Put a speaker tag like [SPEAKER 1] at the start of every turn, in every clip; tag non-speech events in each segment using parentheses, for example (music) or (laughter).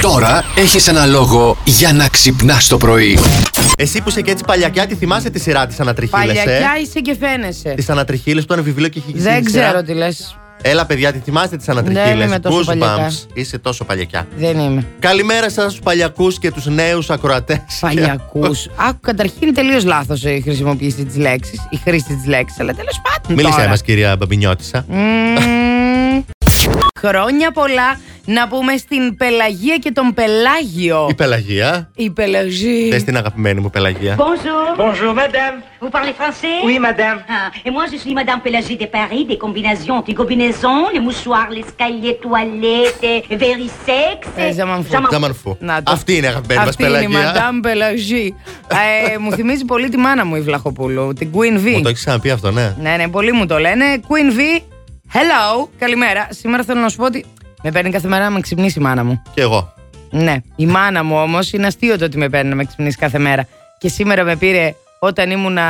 [SPEAKER 1] Τώρα έχεις ένα λόγο για να ξυπνάς το πρωί.
[SPEAKER 2] Εσύ που είσαι και έτσι παλιακιά, τη θυμάσαι τη σειρά της Ανατριχίλε. Ε?
[SPEAKER 3] Παλιακιά είσαι και φαίνεσαι.
[SPEAKER 2] Τι Ανατριχίλε που ήταν βιβλίο και είχε γίνει
[SPEAKER 3] Δεν
[SPEAKER 2] στη σειρά.
[SPEAKER 3] ξέρω τι λες.
[SPEAKER 2] Έλα, παιδιά, τη θυμάστε τι Ανατριχίλε.
[SPEAKER 3] Δεν είμαι τόσο παλιακιά.
[SPEAKER 2] Είσαι τόσο παλιακιά.
[SPEAKER 3] Δεν είμαι.
[SPEAKER 2] Καλημέρα σας, τους παλιακούς και τους νέους ακροατές.
[SPEAKER 3] Παλιακούς. Άκου, καταρχήν τελείως λάθος ε, η χρησιμοποίηση της λέξης. Η χρήση της λέξης, αλλά τέλος πάντων.
[SPEAKER 2] Μίλησέ
[SPEAKER 3] τώρα.
[SPEAKER 2] μας, κυρία Μπαμπινιώτησα.
[SPEAKER 3] Μμμ. Χρόνια πολλά να πούμε στην Πελαγία και τον Πελάγιο.
[SPEAKER 2] Η Πελαγία.
[SPEAKER 3] Η Πελαγία.
[SPEAKER 2] Δες την αγαπημένη μου Πελαγία.
[SPEAKER 4] Bonjour.
[SPEAKER 5] Bonjour madame.
[SPEAKER 4] Vous parlez français
[SPEAKER 5] Oui madame.
[SPEAKER 4] Ah, et moi, je suis Madame Pélagie de Paris, des combinaisons, des combinaisons, les mouchoirs, les escaliers, toilettes, les verisex.
[SPEAKER 3] Ε, Ζαμανφού.
[SPEAKER 4] Ζαμανφού.
[SPEAKER 2] Ζαμανφού.
[SPEAKER 3] Να το.
[SPEAKER 2] Αυτή είναι η αγαπημένη μας
[SPEAKER 3] Αυτή είναι η
[SPEAKER 2] Πελαγία.
[SPEAKER 3] Madame Πελαγή. ε, μου θυμίζει πολύ τη μάνα μου η Βλαχοπούλου, την Queen V.
[SPEAKER 2] Μου το έχεις ξαναπεί αυτό, ναι.
[SPEAKER 3] Ναι, ναι, πολλοί μου το λένε. Queen V, hello, καλημέρα. Σήμερα θέλω να σου πω ότι με παίρνει κάθε μέρα να με ξυπνήσει η μάνα μου.
[SPEAKER 2] Και εγώ.
[SPEAKER 3] Ναι, η μάνα μου όμως είναι αστείο το ότι με παίρνει να με ξυπνήσει κάθε μέρα. Και σήμερα με πήρε όταν, ήμουνα,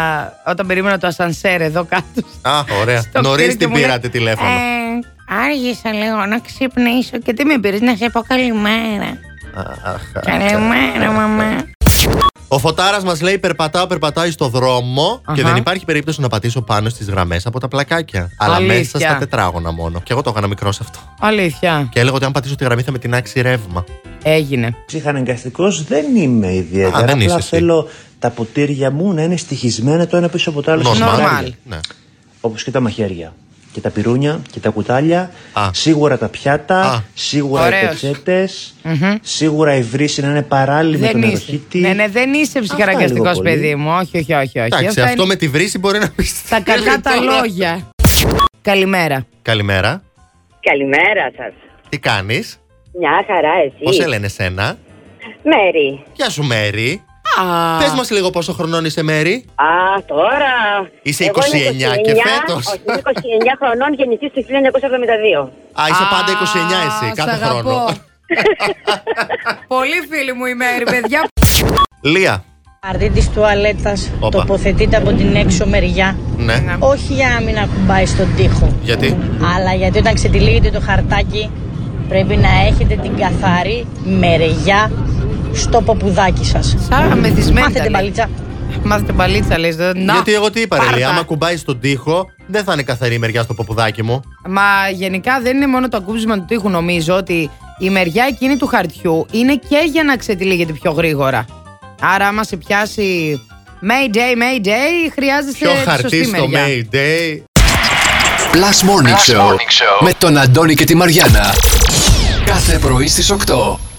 [SPEAKER 3] όταν περίμενα το ασανσέρ εδώ κάτω.
[SPEAKER 2] Α, ωραία.
[SPEAKER 3] στο
[SPEAKER 2] Νωρίς
[SPEAKER 3] κτίριο και
[SPEAKER 2] την
[SPEAKER 3] μου λέει,
[SPEAKER 2] πήρατε τηλέφωνο.
[SPEAKER 3] «Ε, άργησα λίγο να ξυπνήσω και τι με πήρες να σε πω καλημέρα.
[SPEAKER 2] Αχ, Ε,
[SPEAKER 3] Ε, Καλημέρα, μαμά.
[SPEAKER 2] Ο φωτάρας μας λέει: Περπατάω, περπατάει στο δρόμο και
[SPEAKER 3] Αχα.
[SPEAKER 2] δεν υπάρχει περίπτωση να πατήσω πάνω στις γραμμές από τα πλακάκια. Αλλά
[SPEAKER 3] Αλήθεια.
[SPEAKER 2] μέσα στα τετράγωνα μόνο. Και εγώ το έκανα μικρό σε αυτό.
[SPEAKER 3] Αλήθεια.
[SPEAKER 2] Και έλεγα ότι αν πατήσω τη γραμμή θα με την άξει ρεύμα.
[SPEAKER 3] Έγινε.
[SPEAKER 6] Ψυχαναγκαστικός δεν είμαι ιδιαίτερα.
[SPEAKER 2] Α, δεν είσαι
[SPEAKER 6] απλά
[SPEAKER 2] εσύ.
[SPEAKER 6] θέλω τα ποτήρια μου να είναι στοιχισμένα το ένα πίσω από το άλλο. στα
[SPEAKER 3] Normal.
[SPEAKER 6] κουτάλια.
[SPEAKER 2] Ναι.
[SPEAKER 6] Όπως και τα μαχαίρια. Και τα πυρούνια και τα κουτάλια.
[SPEAKER 2] Α.
[SPEAKER 6] Σίγουρα τα πιάτα.
[SPEAKER 2] Α.
[SPEAKER 6] Σίγουρα οι
[SPEAKER 3] Ωραίος.
[SPEAKER 6] ποτσέτες,
[SPEAKER 3] Μμμ.
[SPEAKER 6] Σίγουρα η βρύση να είναι παράλληλη με
[SPEAKER 3] Δεν
[SPEAKER 6] τον
[SPEAKER 3] είσαι.
[SPEAKER 6] εροχήτη.
[SPEAKER 3] Ναι, ναι, δεν είσαι
[SPEAKER 6] λίγο
[SPEAKER 3] ψυχαναγκαστικό
[SPEAKER 6] πολύ.
[SPEAKER 3] παιδί μου. Όχι, όχι, όχι. όχι.
[SPEAKER 2] Εντάξει,
[SPEAKER 3] Αυτά
[SPEAKER 2] αυτό
[SPEAKER 3] είναι
[SPEAKER 2] με τη βρύση μπορεί να πεις.
[SPEAKER 3] Τα κακά τα λόγια. Καλημέρα.
[SPEAKER 2] Καλημέρα.
[SPEAKER 7] Καλημέρα σας.
[SPEAKER 2] Τι κάνεις,
[SPEAKER 7] Μια χαρά, εσύ.
[SPEAKER 2] Πώς σε λένε σένα.
[SPEAKER 7] Μέρη.
[SPEAKER 2] Γεια σου, Μέρη.
[SPEAKER 3] Α,
[SPEAKER 2] Πες μας λίγο πόσο χρονών είσαι, Μέρη.
[SPEAKER 7] Α, τώρα.
[SPEAKER 2] Είσαι
[SPEAKER 7] Εγώ
[SPEAKER 2] 29
[SPEAKER 7] είμαι
[SPEAKER 2] και φέτος.
[SPEAKER 7] Όχι, είμαι 29 χρονών, γεννητή του 1972.
[SPEAKER 2] Α, είσαι
[SPEAKER 3] Α,
[SPEAKER 2] πάντα 29 εσύ,
[SPEAKER 3] σ'
[SPEAKER 2] κάθε
[SPEAKER 3] αγαπώ.
[SPEAKER 2] χρόνο.
[SPEAKER 3] (laughs) Πολύ φίλη μου η Μέρη, παιδιά.
[SPEAKER 2] Λία.
[SPEAKER 8] Αρδί τη τουαλέτας
[SPEAKER 2] Όπα.
[SPEAKER 8] τοποθετείται από την έξω μεριά.
[SPEAKER 2] Ναι.
[SPEAKER 8] Όχι για να μην ακουμπάει στον τοίχο,
[SPEAKER 2] Γιατί.
[SPEAKER 8] αλλά γιατί όταν ξετυλίγεται το χαρτάκι πρέπει να έχετε την καθαρή μεριά στο ποπουδάκι σας.
[SPEAKER 3] Σαν μεθυσμένη. τα
[SPEAKER 8] Μάθετε
[SPEAKER 3] λέει.
[SPEAKER 8] παλίτσα.
[SPEAKER 3] Μάθετε μπαλίτσα, λε.
[SPEAKER 2] Γιατί εγώ τι είπα, ρε Λία.
[SPEAKER 3] Πάρτα.
[SPEAKER 2] Άμα κουμπάει στον τοίχο, δεν θα είναι καθαρή η μεριά στο ποπουδάκι μου.
[SPEAKER 3] Μα γενικά δεν είναι μόνο το ακούμπισμα του τείχου, νομίζω ότι η μεριά εκείνη του χαρτιού είναι και για να ξετυλίγεται πιο γρήγορα. Άρα, άμα σε πιάσει Mayday, Mayday, χρειάζεσαι
[SPEAKER 2] Ποιο
[SPEAKER 3] τη
[SPEAKER 2] χαρτί
[SPEAKER 3] σωστή
[SPEAKER 2] στο
[SPEAKER 3] μεριά.
[SPEAKER 2] Mayday.
[SPEAKER 1] Plus Morning, Show, με τον Αντώνη και τη Μαριάνα. Κάθε πρωί στις 8.